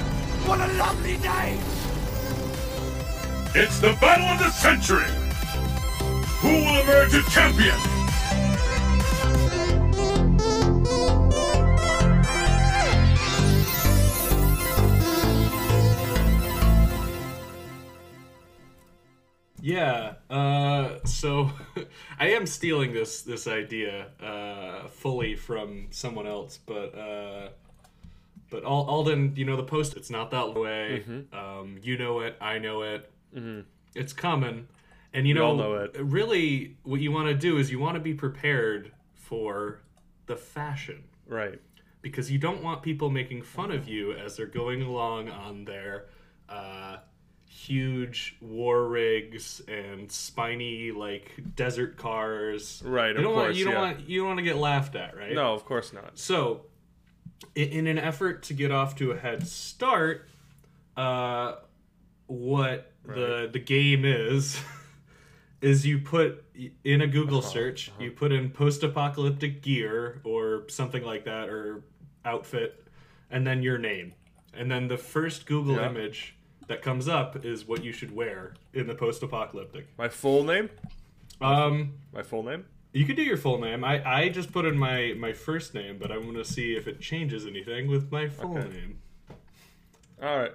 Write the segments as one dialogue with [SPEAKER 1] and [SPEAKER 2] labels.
[SPEAKER 1] a lovely day!
[SPEAKER 2] It's the battle of the century! Who will emerge a champion?
[SPEAKER 3] Yeah. Uh, so I am stealing this this idea uh, fully from someone else, but uh, but Al- Alden, you know the post. It's not that way.
[SPEAKER 4] Mm-hmm.
[SPEAKER 3] Um, you know it. I know it. It's coming, and you know,
[SPEAKER 4] all know it.
[SPEAKER 3] really, what you want to do is you want to be prepared for the fashion
[SPEAKER 4] Right.
[SPEAKER 3] because you don't want people making fun of you as they're going along on their uh, huge war rigs and spiny like desert cars.
[SPEAKER 4] Right,
[SPEAKER 3] You
[SPEAKER 4] of
[SPEAKER 3] don't want
[SPEAKER 4] course,
[SPEAKER 3] you don't
[SPEAKER 4] yeah.
[SPEAKER 3] want you don't want to get laughed at, right?
[SPEAKER 4] No, of course not.
[SPEAKER 3] So, i- in an effort to get off to a head start, uh, what the the game is is you put y- in a Google search, you put in post-apocalyptic gear or something like that or outfit, and then your name, and then the first Google
[SPEAKER 4] Yeah.
[SPEAKER 3] image that comes up is what you should wear in the post-apocalyptic.
[SPEAKER 4] My full name?
[SPEAKER 3] Um,
[SPEAKER 4] My full name?
[SPEAKER 3] you could do your full name. I, I just put in my, my first name, but I want to see if it changes anything with my full
[SPEAKER 4] Okay.
[SPEAKER 3] name.
[SPEAKER 4] All right.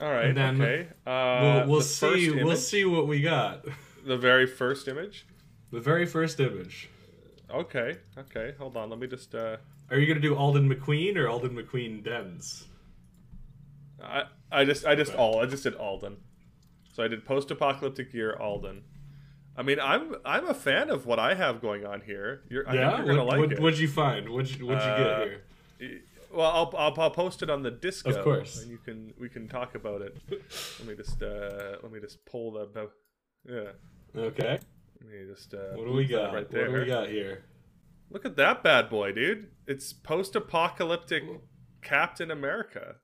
[SPEAKER 4] All right.
[SPEAKER 3] And then
[SPEAKER 4] okay. Uh,
[SPEAKER 3] We'll, we'll
[SPEAKER 4] the first
[SPEAKER 3] see. We'll
[SPEAKER 4] image?
[SPEAKER 3] see what we got.
[SPEAKER 4] The very first image?
[SPEAKER 3] The very first image.
[SPEAKER 4] Okay. Okay. Hold on. Let me just. Uh,
[SPEAKER 3] Are you gonna do Alden McQueen or Alden McQueen Dens?
[SPEAKER 4] I I just I just all I just did Alden. So I did post-apocalyptic year Alden. I mean, I'm I'm a fan of what I have going on here. You're, I think
[SPEAKER 3] yeah.
[SPEAKER 4] you're
[SPEAKER 3] What,
[SPEAKER 4] gonna like
[SPEAKER 3] what,
[SPEAKER 4] it.
[SPEAKER 3] what'd you find? What'd you, what'd you
[SPEAKER 4] Uh,
[SPEAKER 3] get here?
[SPEAKER 4] Well, I'll, I'll I'll post it on the disco.
[SPEAKER 3] Of course.
[SPEAKER 4] and you can we can talk about it. let me just uh let me just pull the bo- yeah.
[SPEAKER 3] Okay.
[SPEAKER 4] Let me just uh,
[SPEAKER 3] What do we
[SPEAKER 4] put that
[SPEAKER 3] got?
[SPEAKER 4] right
[SPEAKER 3] what
[SPEAKER 4] there?
[SPEAKER 3] do we got here?
[SPEAKER 4] Look at that bad boy, dude. It's post-apocalyptic Captain America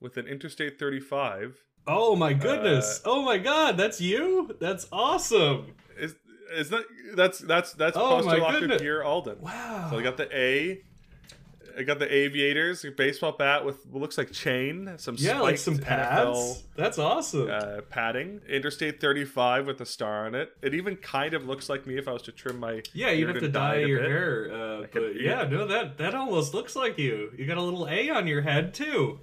[SPEAKER 4] with an Interstate 35.
[SPEAKER 3] Oh my goodness!
[SPEAKER 4] Uh,
[SPEAKER 3] oh my god! That's you. That's awesome.
[SPEAKER 4] Is is that that's that's that's
[SPEAKER 3] Oh, my
[SPEAKER 4] post-apocalyptic
[SPEAKER 3] goodness.
[SPEAKER 4] year Alden.
[SPEAKER 3] Wow.
[SPEAKER 4] So I got the A. I got the aviators, a baseball bat with what looks like chain, some
[SPEAKER 3] yeah, like some
[SPEAKER 4] spiked
[SPEAKER 3] pads. That's awesome.
[SPEAKER 4] uh, padding. Interstate 35 with a star on it. It even kind of looks like me if I was to trim my
[SPEAKER 3] Yeah, you'd
[SPEAKER 4] beard
[SPEAKER 3] have to
[SPEAKER 4] and
[SPEAKER 3] dye
[SPEAKER 4] it a
[SPEAKER 3] your
[SPEAKER 4] bit.
[SPEAKER 3] hair, uh,
[SPEAKER 4] could-
[SPEAKER 3] but yeah, no, that that almost looks like you. You got a little A on your head too.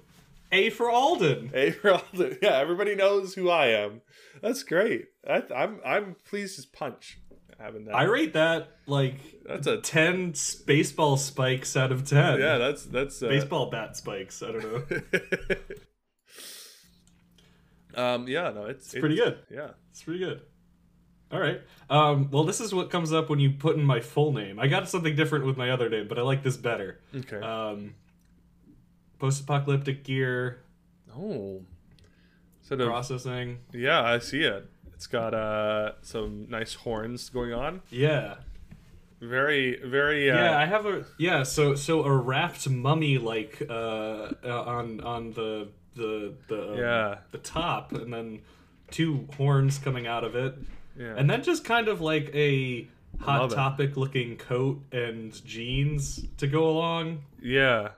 [SPEAKER 3] A for Alden.
[SPEAKER 4] Hey, for all the- yeah, everybody knows who I am. That's great. I, I'm I'm pleased as punch having that.
[SPEAKER 3] I rate that like
[SPEAKER 4] that's a
[SPEAKER 3] ten s- baseball spikes out of ten.
[SPEAKER 4] yeah. That's that's uh,
[SPEAKER 3] baseball bat spikes. I don't know.
[SPEAKER 4] um yeah no it's, it's
[SPEAKER 3] pretty good.
[SPEAKER 4] yeah
[SPEAKER 3] It's pretty good. All right. Um, well, this is what comes up when you put in my full name. I got something different with my other name, but I like this better.
[SPEAKER 4] okay
[SPEAKER 3] Um, post-apocalyptic gear Uh,
[SPEAKER 4] oh so the,
[SPEAKER 3] processing.
[SPEAKER 4] yeah I see it it's got uh some nice horns going on
[SPEAKER 3] Yeah.
[SPEAKER 4] very very uh,
[SPEAKER 3] Yeah, I have a yeah. So so a wrapped mummy like uh, uh, on on the the the um,
[SPEAKER 4] Yeah.
[SPEAKER 3] the top, and then two horns coming out of it,
[SPEAKER 4] yeah.
[SPEAKER 3] and then just kind of like a hot
[SPEAKER 4] love it.
[SPEAKER 3] topic looking coat and jeans to go along.
[SPEAKER 4] Yeah,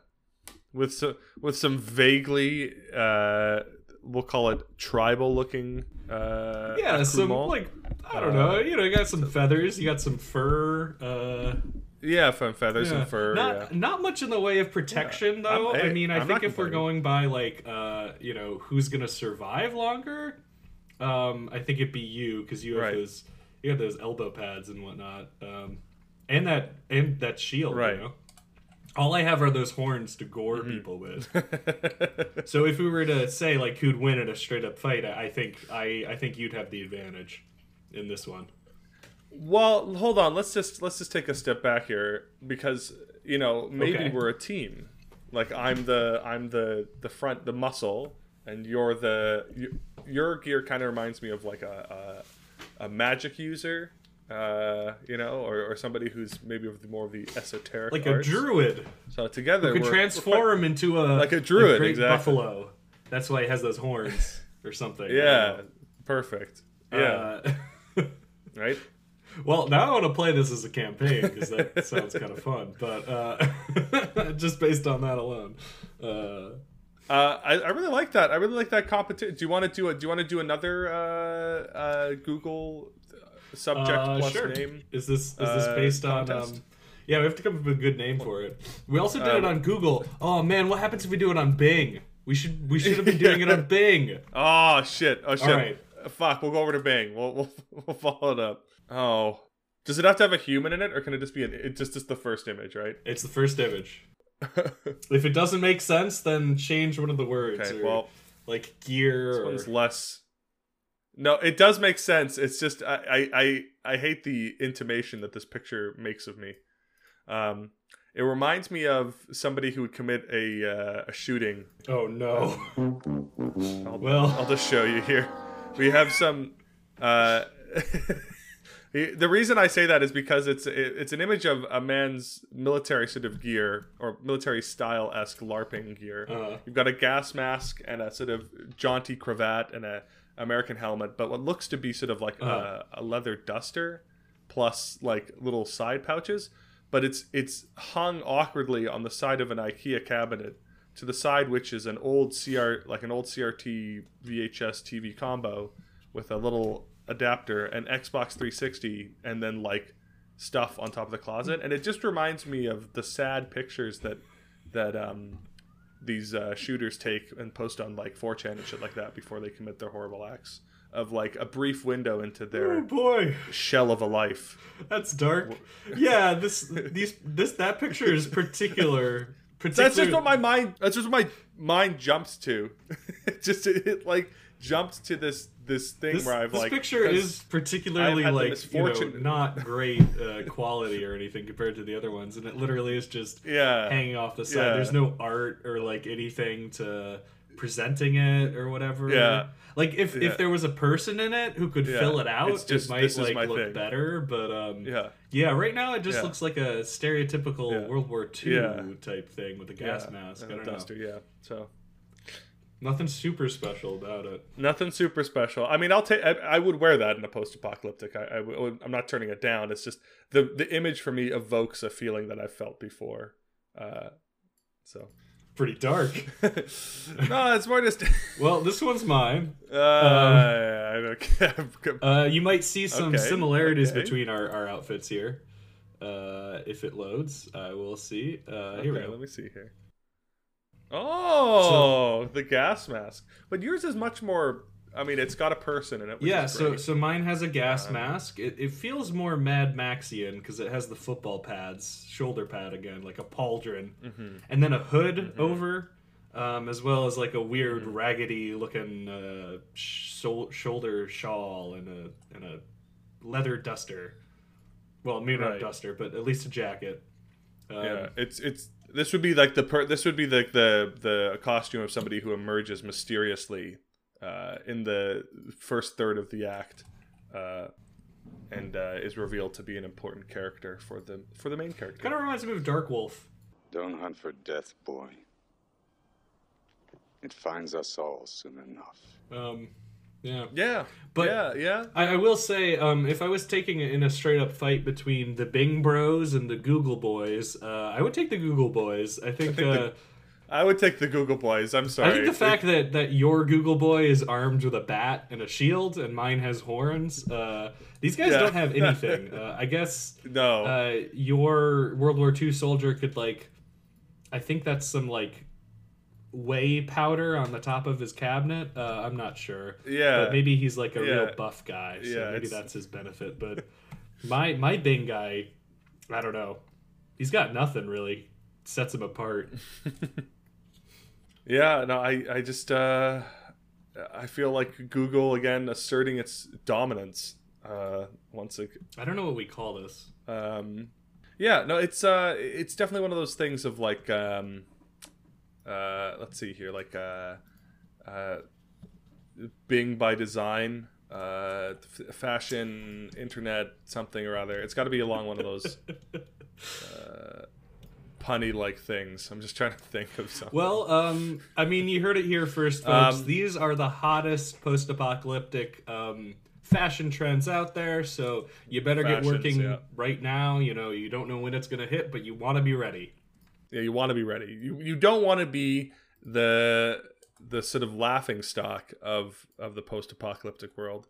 [SPEAKER 4] with some with some vaguely uh, we'll call it tribal looking. Uh,
[SPEAKER 3] Yeah, some
[SPEAKER 4] accoutrement.
[SPEAKER 3] like I don't
[SPEAKER 4] Uh,
[SPEAKER 3] know. You know, you got some feathers, you got some fur. Uh,
[SPEAKER 4] yeah, from feathers
[SPEAKER 3] Yeah.
[SPEAKER 4] and fur.
[SPEAKER 3] Not
[SPEAKER 4] yeah.
[SPEAKER 3] not much in the way of protection
[SPEAKER 4] I'm-
[SPEAKER 3] though.
[SPEAKER 4] hey,
[SPEAKER 3] I mean, I
[SPEAKER 4] I'm
[SPEAKER 3] think
[SPEAKER 4] not
[SPEAKER 3] if we're
[SPEAKER 4] complaining.
[SPEAKER 3] going by like uh, you know, who's gonna survive longer, um, I think it'd be you because you have
[SPEAKER 4] Right.
[SPEAKER 3] those you have those elbow pads and whatnot, um, and that and that shield. you
[SPEAKER 4] Right. Mm-hmm.
[SPEAKER 3] know? All I have are those horns to gore people with. so if we were to say like who'd win in a straight up fight, I I think I I think you'd have the advantage in this one.
[SPEAKER 4] Well, hold on. Let's just let's just take a step back here because you know maybe
[SPEAKER 3] Okay.
[SPEAKER 4] we're a team. Like I'm the I'm the the front the muscle, and you're the you, your gear kind of reminds me of like a a, a magic user. Uh, you know, or, or somebody who's maybe of the more of the esoteric,
[SPEAKER 3] Like
[SPEAKER 4] arts.
[SPEAKER 3] a druid.
[SPEAKER 4] So together,
[SPEAKER 3] could
[SPEAKER 4] we're,
[SPEAKER 3] transform him into a
[SPEAKER 4] Like a druid,
[SPEAKER 3] great
[SPEAKER 4] exactly.
[SPEAKER 3] buffalo. That's why he has those horns or something. I
[SPEAKER 4] We're, yeah,
[SPEAKER 3] don't
[SPEAKER 4] perfect.
[SPEAKER 3] know.
[SPEAKER 4] Yeah,
[SPEAKER 3] Uh,
[SPEAKER 4] right.
[SPEAKER 3] well, now I want to play this as a campaign because that sounds kind of fun. But uh, just based on that alone, uh,
[SPEAKER 4] Uh, I, I really like that. I really like that competition. Do you want to do a, Do you want to do another uh, uh, Google subject
[SPEAKER 3] Uh,
[SPEAKER 4] plus
[SPEAKER 3] sure.
[SPEAKER 4] name?
[SPEAKER 3] Is this is this
[SPEAKER 4] uh,
[SPEAKER 3] based on? Um,
[SPEAKER 4] contest.
[SPEAKER 3] yeah, we have to come up with a good name for it. We also did
[SPEAKER 4] Uh,
[SPEAKER 3] it on Google. Oh man, what happens if we do it on Bing? We should we should have been doing it on Bing.
[SPEAKER 4] Oh shit! Oh shit!
[SPEAKER 3] right.
[SPEAKER 4] Uh, Fuck! We'll go over to Bang. We'll, we'll we'll follow it up. Oh, does it have to have a human in it, or can it just be an, it just just the first image, right?
[SPEAKER 3] It's the first image. If it doesn't make sense, then change one of the words.
[SPEAKER 4] okay.
[SPEAKER 3] or,
[SPEAKER 4] Well,
[SPEAKER 3] like gear.
[SPEAKER 4] this
[SPEAKER 3] Or...
[SPEAKER 4] one's less. No, it does make sense. It's just I I I, I hate the intimation that this picture makes of me. Um, it reminds me of somebody who would commit a uh, a shooting
[SPEAKER 3] Oh no.
[SPEAKER 4] I'll,
[SPEAKER 3] Well-
[SPEAKER 4] I'll just show you here. We have some. Uh, the the reason I say that is because it's it, it's an image of a man's military sort of gear or military style esque LARPing gear.
[SPEAKER 3] Uh,
[SPEAKER 4] You've got a gas mask and a sort of jaunty cravat and a American helmet, but what looks to be sort of like
[SPEAKER 3] Uh.
[SPEAKER 4] a, a leather duster plus like little side pouches. But it's it's hung awkwardly on the side of an IKEA cabinet, to the side which is an old CR like an old CRT VHS TV combo with a little adapter, an Xbox 360, and then like stuff on top of the closet. And it just reminds me of the sad pictures that that um, these uh, shooters take and post on like 4chan and shit like that before they commit their horrible acts of like a brief window into
[SPEAKER 3] oh
[SPEAKER 4] their
[SPEAKER 3] boy,
[SPEAKER 4] shell of a life.
[SPEAKER 3] that's dark. Yeah, this these this that picture is particular. particular...
[SPEAKER 4] That's just what my mind. That's just what my mind jumps to. It just it, it, like jumps to this this thing
[SPEAKER 3] This,
[SPEAKER 4] where I've
[SPEAKER 3] this
[SPEAKER 4] like
[SPEAKER 3] picture
[SPEAKER 4] 'cause
[SPEAKER 3] is particularly
[SPEAKER 4] I've had the
[SPEAKER 3] like you know,
[SPEAKER 4] misfortune-
[SPEAKER 3] not great uh, quality or anything compared to the other ones, and it literally is just
[SPEAKER 4] yeah
[SPEAKER 3] hanging off the side.
[SPEAKER 4] Yeah.
[SPEAKER 3] There's no art or like anything to presenting it or whatever.
[SPEAKER 4] Yeah.
[SPEAKER 3] Like if,
[SPEAKER 4] Yeah.
[SPEAKER 3] if there was a person in it who could
[SPEAKER 4] Yeah.
[SPEAKER 3] fill it out,
[SPEAKER 4] It's just,
[SPEAKER 3] it might
[SPEAKER 4] "This is
[SPEAKER 3] like
[SPEAKER 4] my
[SPEAKER 3] look
[SPEAKER 4] thing."
[SPEAKER 3] better. But um
[SPEAKER 4] yeah
[SPEAKER 3] yeah, right now it just
[SPEAKER 4] Yeah.
[SPEAKER 3] looks like a stereotypical
[SPEAKER 4] Yeah.
[SPEAKER 3] World War II
[SPEAKER 4] Yeah.
[SPEAKER 3] type thing with a gas
[SPEAKER 4] yeah,
[SPEAKER 3] mask. I
[SPEAKER 4] and a
[SPEAKER 3] don't
[SPEAKER 4] duster yeah so.
[SPEAKER 3] know. Nothing super special about it.
[SPEAKER 4] Nothing super special. I mean, I'll take. I, I would wear that in a post-apocalyptic. I, I would, I'm not turning it down. It's just the the image for me evokes a feeling that I felt before. Uh, so
[SPEAKER 3] Pretty dark.
[SPEAKER 4] no, it's more just.
[SPEAKER 3] well, this one's mine.
[SPEAKER 4] Uh, I don't care.
[SPEAKER 3] Um, Uh, you might see some
[SPEAKER 4] Okay,
[SPEAKER 3] similarities
[SPEAKER 4] okay.
[SPEAKER 3] between our, our outfits here. Uh, if it loads, I will see. Uh, Here we
[SPEAKER 4] Okay,
[SPEAKER 3] go.
[SPEAKER 4] Let me see here. Oh, the gas mask. But yours is much more. I mean, it's got a person in it. Which
[SPEAKER 3] yeah,
[SPEAKER 4] is
[SPEAKER 3] so
[SPEAKER 4] great.
[SPEAKER 3] so mine has a gas
[SPEAKER 4] Um,
[SPEAKER 3] mask. It, it feels more Mad Maxian because it has the football pads, shoulder pad again, like a pauldron,
[SPEAKER 4] Mhm.
[SPEAKER 3] and then a hood over, um, as well as like a weird
[SPEAKER 4] Mm-hmm.
[SPEAKER 3] raggedy looking uh, shou- shoulder shawl and a and a leather duster. Well, maybe not a
[SPEAKER 4] Right.
[SPEAKER 3] duster, but at least a jacket. Um,
[SPEAKER 4] yeah, it's it's. This would be like the per. This would be like the the costume of somebody who emerges mysteriously, uh, in the first third of the act, uh, and uh, is revealed to be an important character for the for the main character.
[SPEAKER 3] Kind of reminds me of Dark Wolf.
[SPEAKER 1] Don't hunt for death, boy. It finds us all soon enough.
[SPEAKER 3] Um, yeah.
[SPEAKER 4] yeah,
[SPEAKER 3] But-
[SPEAKER 4] yeah, yeah.
[SPEAKER 3] I, I will say, um, if I was taking it in a straight up fight between the Bing Bros and the Google Boys, uh, I would take the Google Boys. I think,
[SPEAKER 4] think the-
[SPEAKER 3] uh,
[SPEAKER 4] I would take the Google Boys. I'm sorry.
[SPEAKER 3] I think the fact that, that your Google Boy is armed with a bat and a shield, and mine has horns. Uh, these guys
[SPEAKER 4] Yeah.
[SPEAKER 3] don't have anything. uh, I guess
[SPEAKER 4] no.
[SPEAKER 3] uh, your World War II soldier could like, I think that's some like whey powder on the top of his cabinet. Uh, I'm not sure.
[SPEAKER 4] Yeah.
[SPEAKER 3] but maybe he's like a real
[SPEAKER 4] Yeah.
[SPEAKER 3] buff guy, so
[SPEAKER 4] Yeah,
[SPEAKER 3] maybe
[SPEAKER 4] it's-
[SPEAKER 3] that's his benefit. But my my Bing guy, I don't know. He's got nothing really sets him apart.
[SPEAKER 4] Yeah, no, I, I just, uh, I feel like Google again asserting its dominance. Uh, once, ag-
[SPEAKER 3] I don't know what we call this.
[SPEAKER 4] um, yeah, no, it's, uh, it's definitely one of those things of like, um, uh, let's see here, like, uh, uh, Bing by design, uh, f- fashion, internet, something or other. It's got to be along one of those. Uh, punny like things. I'm just trying to think of something.
[SPEAKER 3] Well, um, I mean, you heard it here first, folks.
[SPEAKER 4] Um,
[SPEAKER 3] These are the hottest post-apocalyptic um, fashion trends out there, so you better get
[SPEAKER 4] Fashions,
[SPEAKER 3] working
[SPEAKER 4] yeah.
[SPEAKER 3] right now. You know, you don't know when it's gonna hit, but you want to be ready.
[SPEAKER 4] Yeah, you want to be ready. You you don't want to be the the sort of laughing stock of of the post apocalyptic world.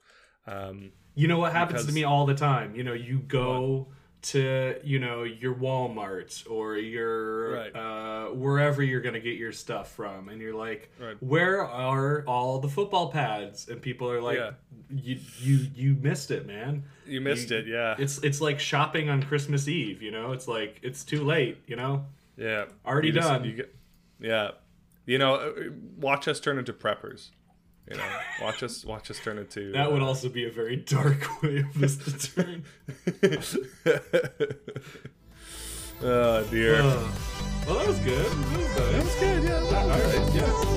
[SPEAKER 4] Um,
[SPEAKER 3] You know what happens to
[SPEAKER 4] Because-
[SPEAKER 3] me all the time? You know, you go to, you know, your Walmart or your
[SPEAKER 4] Right.
[SPEAKER 3] uh, wherever you're going to get your stuff from and you're like,
[SPEAKER 4] Right.
[SPEAKER 3] "Where are all the football pads?" And people are like,
[SPEAKER 4] Yeah.
[SPEAKER 3] "You you you missed it, man."
[SPEAKER 4] you missed
[SPEAKER 3] You-
[SPEAKER 4] it, yeah,
[SPEAKER 3] It's it's like shopping on Christmas Eve, you know? It's like it's too late, you know?
[SPEAKER 4] yeah,
[SPEAKER 3] already
[SPEAKER 4] You just-
[SPEAKER 3] done.
[SPEAKER 4] you get- yeah, you know, uh, watch us turn into preppers. You know, watch us watch us turn into
[SPEAKER 3] That would
[SPEAKER 4] uh,
[SPEAKER 3] also be a very dark way of this to turn.
[SPEAKER 4] oh dear. Oh,
[SPEAKER 3] Uh, well, that was good. That was nice.
[SPEAKER 4] good. Yeah,
[SPEAKER 3] All right, yeah.